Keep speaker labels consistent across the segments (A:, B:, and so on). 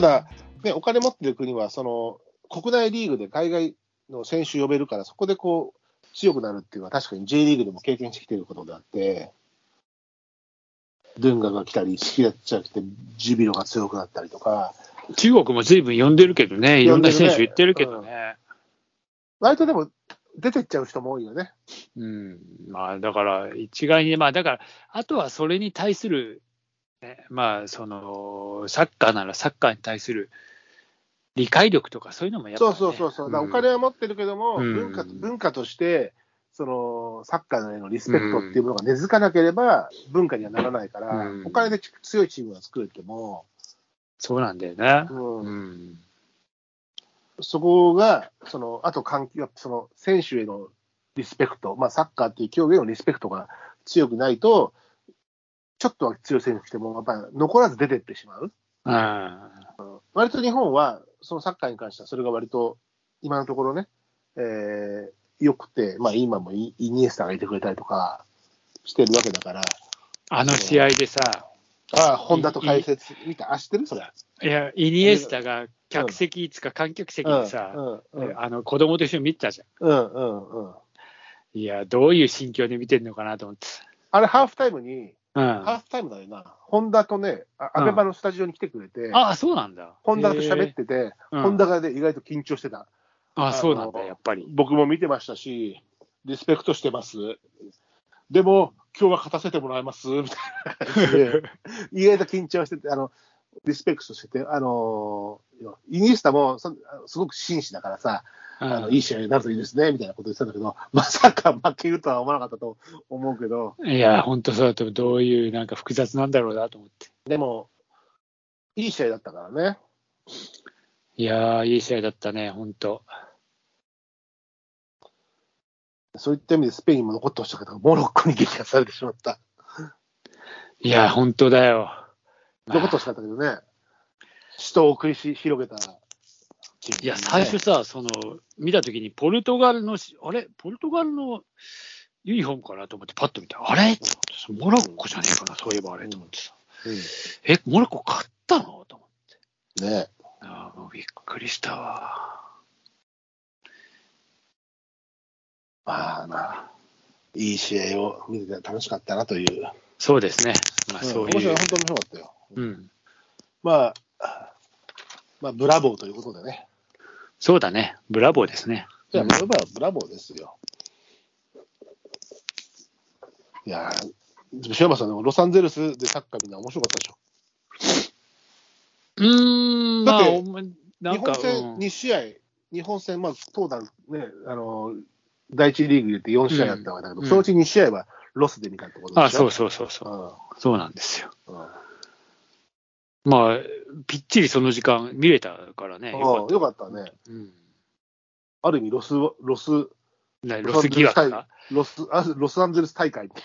A: だ、ね、お金持ってる国は、その、国内リーグで海外の選手呼べるから、そこでこう、強くなるっていうのは、確かに J リーグでも経験してきてることであって、ドゥンガが来たり、スキラッチャが来て、ジュビロが強くなったりとか、
B: 中国も随分呼んでるけどね、いろんな選手言ってるけどね。
A: 割とでも、出てっちゃう人も多いよね。
B: うん、まあだから、一概に、まあだから、あとはそれに対する、ね、まあその、サッカーならサッカーに対する理解力とか、そういうのもやっ
A: そう
B: ぱ、ね、
A: そうそうそう。だからお
B: ん
A: 金は持ってるけども、
B: うん
A: 文化と文化として、そのサッカーへのリスペクトっていうものが根付かなければ、文化にはならないから、
B: うん
A: お金で強いチームは作れても、
B: そうなんだよね。
A: うん
B: うん。
A: そこが、その、あと環境、その選手へのリスペクト、まあサッカーっていう競技へのリスペクトが強くないと、ちょっとは強い選手来ても、やっぱり残らず出てってしまう。
B: うん
A: 割と日本は、そのサッカーに関しては、それが割と今のところね、えー、よくて、まあ、今もイイニエスタがいてくれたりとかしてるわけだから、
B: あの試合でさ、
A: ああ、本田と解説、見た、あ、知ってるそれ。
B: いや、イニエスタが客席、いつか観客席
A: うん、うん、
B: でさ、
A: うん、うん
B: あの子供と一緒に見てたじゃ
A: うん、うん。
B: ん。いや、どういう心境で見てるのかなと思って。
A: あれ、ハーフタイムに、
B: うん、
A: ハー
B: あ
A: フタイムだよな、本田とね、あ
B: うん
A: アベマのスタジオに来てくれて、
B: あ、そうなんだ。
A: 本田と喋ってて、
B: へー
A: 本田がね、意外と緊張してた。
B: うんあ、そうなんだ、やっぱり。
A: 僕も見てましたし、リスペクトしてます。でも、今日は勝たせてもらいます、みたいな 感じで意外と緊張してて、あの、リスペクトしてて、あのイニエスタもそすごく紳士だからさ、あのいい試合になるといいですね、みたいなこと言ってたんだけど、 まさか負けるとは思わなかったと思うけど、
B: いや、本当そうだと、どういうなんか複雑なんだろうなと思って。
A: でも、いい試合だったからね。
B: いやー、いい試合だったね、本当。
A: そういった意味でスペインも残ってほしいけど、モロッコに撃破されてしまった。
B: いや、本当だよ。
A: 残ってほしかったけどね、死闘を繰りし広げたチーム
B: いや、最初さ、その、見たときに、ポルトガルのし、あれポルトガルのユニフォームかなと思って、パッと見たら、あれと思ってモロッコじゃねえかな、そういえばあれと思ってさ。え、モロッコ勝ったのと思って。
A: ね
B: あーもうびっくりしたわ。
A: まあまあ、いい試合を見てて楽しかったなという。
B: そうですね。まあ、そう
A: 面
B: い
A: 白
B: う
A: い、。本当に面白かったよ。
B: うん。
A: まあ、まあ、ブラボーということでね。
B: そうだね。ブラボーですね。
A: いや、ブラボーはブラボーですよ。いやー、でも塩山さん、でもロサンゼルスでサッカーみんな面白かったでしょ。
B: うーん、ま
A: だっ
B: あ、
A: て
B: お前な
A: 日
B: んか
A: 本、戦2試合、日本戦、まあ、東団ね、あの、第一リーグ入れて4試合やったわけだけど、
B: うん
A: そのうち2試合はロスで見たってこ
B: う
A: と
B: ん、あ、
A: でしょ。
B: そうそうそうそう。そうなんですよ。
A: うん。うん
B: まあ、ぴっちりその時間見れたからね。
A: あ
B: よ
A: あ
B: かっ
A: よかったね。
B: た。うん
A: ある意味、ロス、ロス、
B: なロス疑惑か。
A: ロス、あロサンゼルス大会って。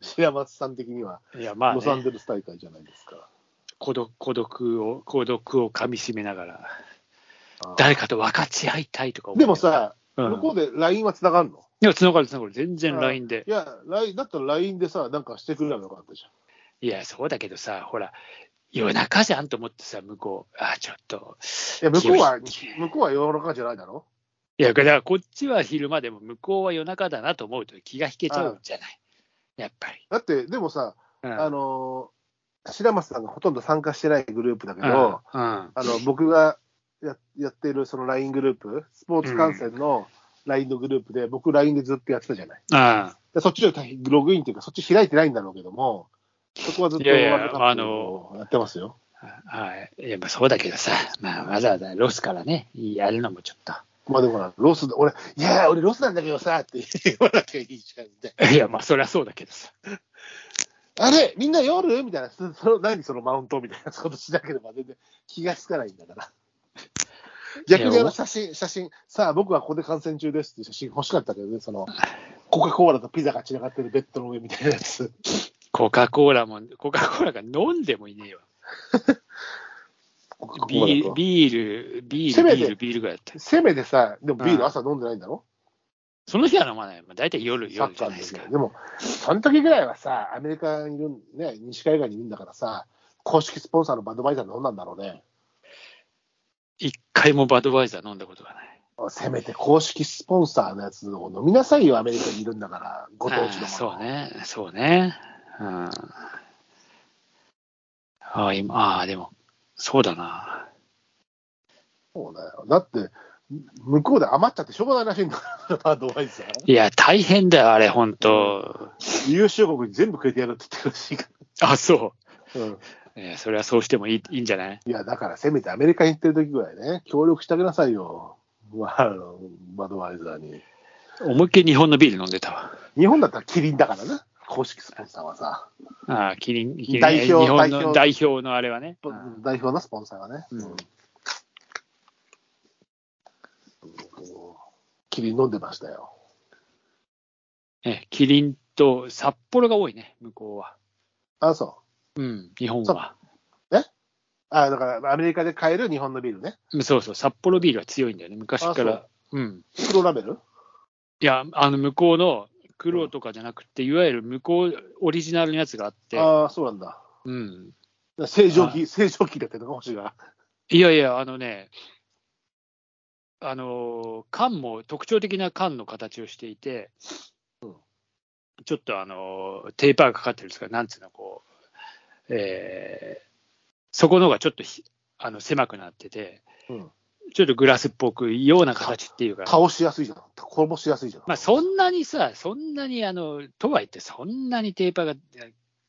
A: 白松さん的には、
B: いや、まあ、
A: ロサン
B: ね、
A: ゼルス大会じゃないですか。
B: 孤独孤独を、孤独をかみしめながら、
A: ああ
B: 誰かと分かち合いたいとか思い
A: で
B: なが
A: も
B: ら、
A: さ、
B: うん
A: 向こうで LINE は繋がるの
B: いや、つながるつながる。全然
A: あ
B: LINE で。
A: いや、LINE だったら LINE でさ、なんかしてくれればよかったじ
B: いや、そうだけどさ、ほら、夜中じゃんと思ってさ、向こう、あ、ちょっと。
A: ゃん。いや、向こうは
B: 気を引き、
A: 向こうは世の中じゃないだろ
B: いや、だからこっちは昼間でも、向こうは夜中だなと思うと気が引けちゃうんじゃない。やっぱり。
A: だって、でもさ、
B: うん
A: あのー白松さんがほとんど参加してないグループだけど、
B: うんうん
A: あの、僕がややっているその LINE グループ、スポーツ観戦の LINE のグループで、僕 LINE でずっとやってたじゃない。
B: あ
A: でそっちのログインというか、そっち開いてないんだろうけども、そこはずっと
B: いやいや
A: ワールドカップをやってますよ。
B: あはい。やっぱそうだけどさ、まあ、わざわざロスからね、やるのもちょっと。
A: まあでもな、ロスで、俺、いやー、俺ロスなんだけどさ、って言わなきゃいいじゃん、みたい
B: いや、まあ、そりゃそうだけどさ。
A: な。あれ、みんな夜みたいな、そ その何そのマウントみたいなことしなければ全然気がつかないんだ から。逆にあの写真、写真、さあ、僕はここで観戦中ですっていう写真欲しかったけどね、その、コカ・コーラとピザが散らかってるベッドの上みたいなやつ。
B: コカ・コーラも、コカ・コーラが飲んでもいねえわ。
A: コカコ
B: ビ
A: ーラ
B: ール、
A: と
B: ビール、ビー
A: せ
B: ル、
A: めて
B: ビール、ビールぐらいだった。
A: せめてさ、でもビー
B: うん
A: ル朝飲んでないんだろ、
B: その日は飲まない。まあ、大体夜、
A: サ
B: 夜
A: ッ
B: じ
A: カ
B: ゃ
A: ーの
B: ないです
A: 時
B: か
A: は。。でも、その時ぐらいはさ、アメリカにいるん、ね、西海岸にいるんだからさ、公式スポンサーのバドバイザー飲んだんだろうね。
B: 一回もバドワイザー飲んだことがない。
A: せめて公式スポンサーのやつを飲みなさいよ、アメリカにいるんだから、ご当地のも
B: あ
A: の
B: ーそうね、そうね。うん。あー今、あーでも、そうだな。
A: そうだよ。だって、向こうで余っちゃってしょうがないらしいんだから、バドワイザー。
B: いや、大変だよ、あれ、本当
A: 優秀国に全部くれてやるって言ってるらしいか
B: あ、そ
A: ら。うん。
B: う。いや、それはそうしてもいいいいんじゃない
A: いや、だからせめてアメリカに行ってる時ぐらいね、協力してあげなさいよ。まああのバドワイザーに。
B: 思いっきり日本のビール飲んでたわ。
A: 日本だったらキリンだからな、公式スポンサーはさ。
B: ああ、キリン、キリン
A: 代表
B: 日本の
A: 代
B: 代表のあれはね。うん
A: 代表のスポンサーはね。
B: うん
A: うんキリン飲んでましたよ。
B: えキリンと札幌が多いね、向こうは。
A: あ、そ
B: うん、日本は。
A: う。あ、だからアメリカで買える日本のビールね。
B: うんそうそう、札幌ビールは強いんだよね、昔から。うん。
A: 黒ラベル
B: いや、あの、向こうの黒とかじゃなくて、いわゆる向こうオリジナルのやつがあって、
A: ああ、そうなんだ。
B: うん。
A: 正常期、正常期だったのか、星が。
B: いやいや、あのね、あのー、缶も特徴的な缶の形をしていて、
A: うん
B: ちょっとあのー、テーパーがかかってるんですが、なんつうの、こう、えーそこの方がちょっとひあの狭くなってて、
A: うん
B: ちょっとグラスっぽくような形っていうか、
A: 倒しやすいじゃん。これもしやすいじゃん。
B: まあ、そんなにさ、そんなにあの、とはいって、そんなにテーパーが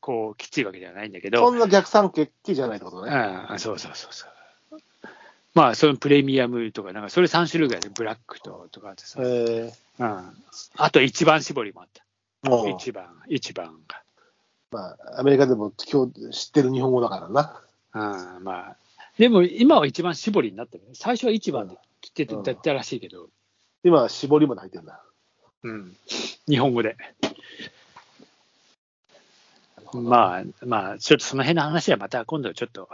B: こうきついわけではないんだけど
A: そ、んな逆三欠気じゃないってことね。
B: うん、そうそうそうそう。まあ、そのプレミアムとか、なんか、それ3種類ぐらいで、ブラックととかあってさ、
A: え
B: うん、あと一番絞りもあった。
A: ー、もう、
B: 一番、一番
A: まあ、アメリカでも今日知ってる日本語だからな。
B: が。うん、まあ、でも今は一番絞りになってるね。最初は一番で切って
A: うん
B: たったらしいけど、
A: 今、絞りも入ってんだ。
B: うん、日本語で。まあ、まあ、ちょっとその辺の話はまた今度ちょっと、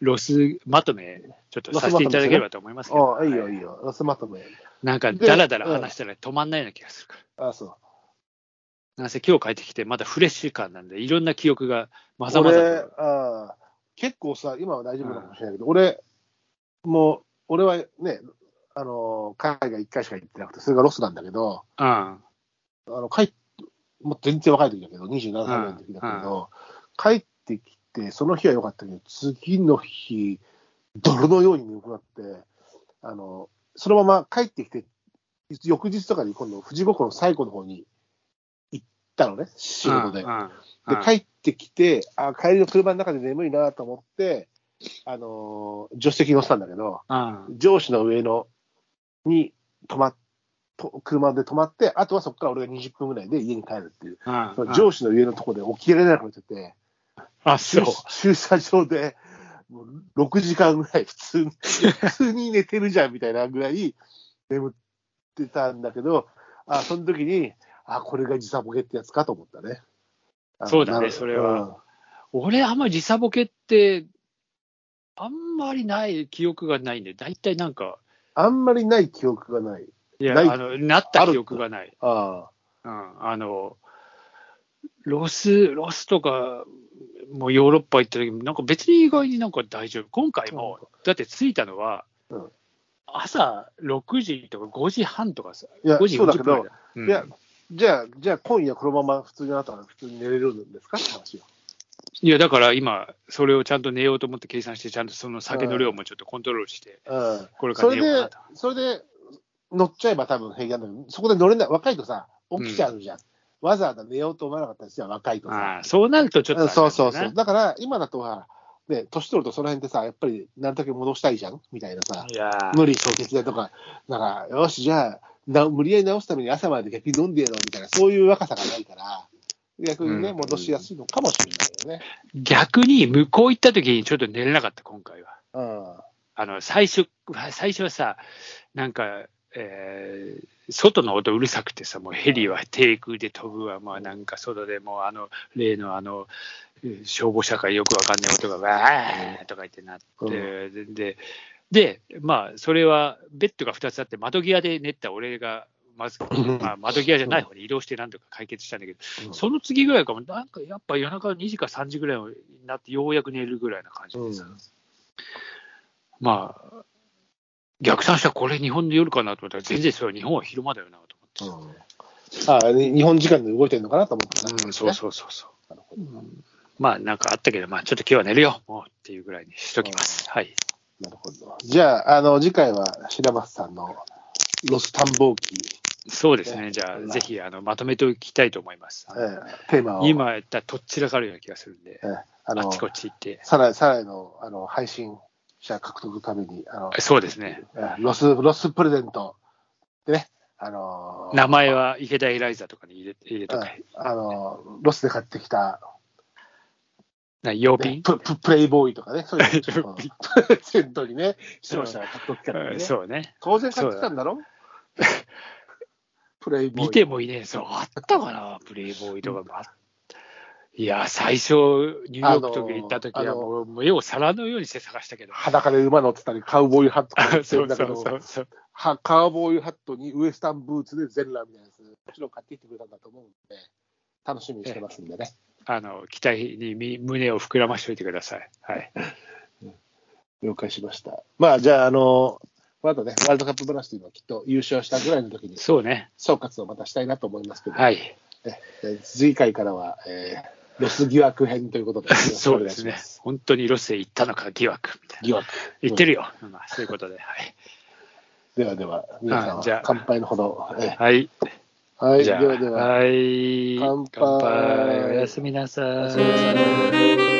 B: ロスまとめ、ちょっとさせていただければと思いますけど、
A: ああ、いいよ、
B: はい
A: いよ。ロスまとめ。
B: なんか、
A: で
B: だらだら話したら止まんないような気がするから。
A: あそ
B: なんせ今日帰ってきて、まだフレッシュ感なんで、いろんな記憶がま
A: う。
B: ざま
A: 俺
B: ざと。、
A: ああ結構さ、今は大丈夫かもしれないけど、俺、もう、俺はね、あの、海外一回しか行ってなくて、それがロスなんだけど、
B: うん。
A: あの、帰っ、もう全然若い時だけど、27歳の時だけど、帰ってきて、その日は良かったけど、次の日、泥のように眠くなって、あの、そのまま帰ってきて、翌日とかに今度、富士五湖の最後の方に行ったのね、仕事で
B: う。ん。う
A: で
B: ん、
A: 帰ってきて、あ帰りの車の中で眠いなと思って、あのー助手席に乗ってたんだけど、
B: うん
A: 上司の上のに止まっと車で止まって、あとはそこから俺が20分ぐらいで家に帰るっていう、
B: うんうん
A: 上司の上のところで起きられなくなっちゃって、
B: あ、そう。
A: 駐車場でもう6時間ぐらい普通 に、普通に寝てるじゃんみたいなぐらい眠ってたんだけど、あその時に、あこれが時差ボケってやつかと思ったね。あ
B: そうだね
A: なる
B: それは
A: うん
B: 俺、あんまり時差ボケって、あんまりない記憶がないんで、大体なんか、
A: あんまりない記憶がない。
B: いや、
A: ない
B: あの、なった記憶がない。
A: あ
B: うん。あの、ロス、ロスとか、もうヨーロッパ行った時も、なんか別に意外になんか大丈夫。今回も、だって着いたのは
A: うん、
B: 朝6時とか5時半とかさ、
A: あ。いや、
B: 5時
A: そうだけ
B: 40分ぐらい
A: ど
B: だ、う
A: い
B: ん
A: や、じゃあ、じゃあ今夜このまま普通にあなたは普通に寝れるんですかって話よ。
B: いや、だから今、それをちゃんと寝ようと思って計算して、ちゃんとその酒の量もちょっとコントロールして、
A: うん。
B: これか
A: そ
B: ら寝
A: れ
B: ようかな
A: で
B: と。、
A: それで乗っちゃえば多分平気なんだけど、そこで乗れない。若いとさ、起きちゃうじゃん。わざわざ寝ようと思わなかったりするじゃん、若いと
B: あ
A: さ
B: あ。そうなるとちょっとあ
A: う
B: れ
A: ん、
B: なんだよ
A: そう
B: な、
A: そうそう。だから今だとは、ね、年取るとその辺でさ、やっぱりなるだけ戻したいじゃんみたいなさ。
B: いやー
A: 無理凍結だとか、なんか、よし、じゃあな、無理やり直すために朝まで逆に飲んでやろうみたいな、そういう若さがないから、逆にね、
B: うん
A: 戻しやすいのかもしれないよね。
B: 逆に向こう行った時にちょっと寝れなかった、今回は。
A: うん。
B: あの、最初、最初はさ、なんか、えー外の音うるさくてさ、もうヘリは低空で飛ぶわ、まあなんか外でもうあの、例のあの、えー消防車からよくわかんない音がわーとか言ってなって、で、で、まあそれはベッドが2つあって窓際で寝た俺が、まず、
A: ん
B: まあ、窓際じゃない方に移動してなんとか解決したんだけど、その次ぐらいかも、なんかやっぱ夜中の2時か3時ぐらいになってようやく寝るぐらいな感じでさ、
A: うん
B: まあ、逆算したらこれ日本の夜かなと思ったら、全然それは日本は昼間だよなと
A: う
B: 思って。
A: んあ日本時間で動いてるのかなと思ってた、
B: うん、そうそうそうそう。
A: なるほ
B: うんまあなんかあったけど、まあちょっと今日は寝るよ、もうっていうぐらいにしときます。はい。
A: ど。なるほど。じゃあ、あの、次回は白松さんのロス探訪記、
B: そうですね。じゃ
A: う
B: あ
A: ん
B: ぜひあのまとめておきたいと思います
A: え。ーテーマを、
B: 今やったらとっちらかるような気がするんで
A: え、ーあ
B: あ
A: の
B: っちこっち行って。
A: さら、さらの、あの、配信者獲得のために、あの、
B: そうですね。
A: えーロス、ロスプレゼントでね、あのー
B: 名前は池田エライザとかに入れ入れとか、
A: うんあのーロスで買ってきた、
B: な曜
A: ね
B: 品、
A: プププレイボーイとかね、そういうのちょっと
B: プレイ
A: プ レゼントにね、視聴者が買っとくから
B: う
A: ね。
B: んそうね。
A: 当然買ってきたんだろ プレイボーイ。
B: 見てもいねえぞ。あったかな、プレイボーイとかもあった。いや、最初、ニューヨークとか行った時
A: あ
B: は
A: の
B: もう、もう絵を皿のようにして探したけど。
A: 裸で馬乗ってたり、カウボーイハットとか
B: あ
A: 着て
B: そ
A: るん
B: う
A: だ
B: そ
A: け
B: うそ
A: ど
B: う、そう。
A: はカウボーイハットにウエスタンブーツで全裸みたいなやつ、もちろん買ってきてくれたんだと思うんで、楽しみにしてますんでね。
B: あの、期待にみ胸を膨らましておいてください。はい。
A: 了解しました。まあ、じゃあ、あの、この後ね、ワールドカップ話というのはきっと優勝したぐらいの時に
B: そうね。
A: 総括をまたしたいなと思いますけど、
B: はい。
A: え次回からは、えーロス疑惑編という ことで、よろしく
B: そ
A: お
B: う
A: 願
B: で
A: いし
B: す
A: ま
B: ね。本当にロスへ行ったのか疑惑みたいな。
A: 疑惑。
B: 言ってるよ。まあ、そういうことで。はい。
A: ではでは、皆さん
B: あ
A: は
B: じゃあ
A: 乾杯のほど。え
B: はい。
A: はい、
B: じ
A: で
B: ゃあ、
A: はでは。
B: はい。
A: 乾杯
B: おやすみなさ
A: 啊おやすみなさ
B: い。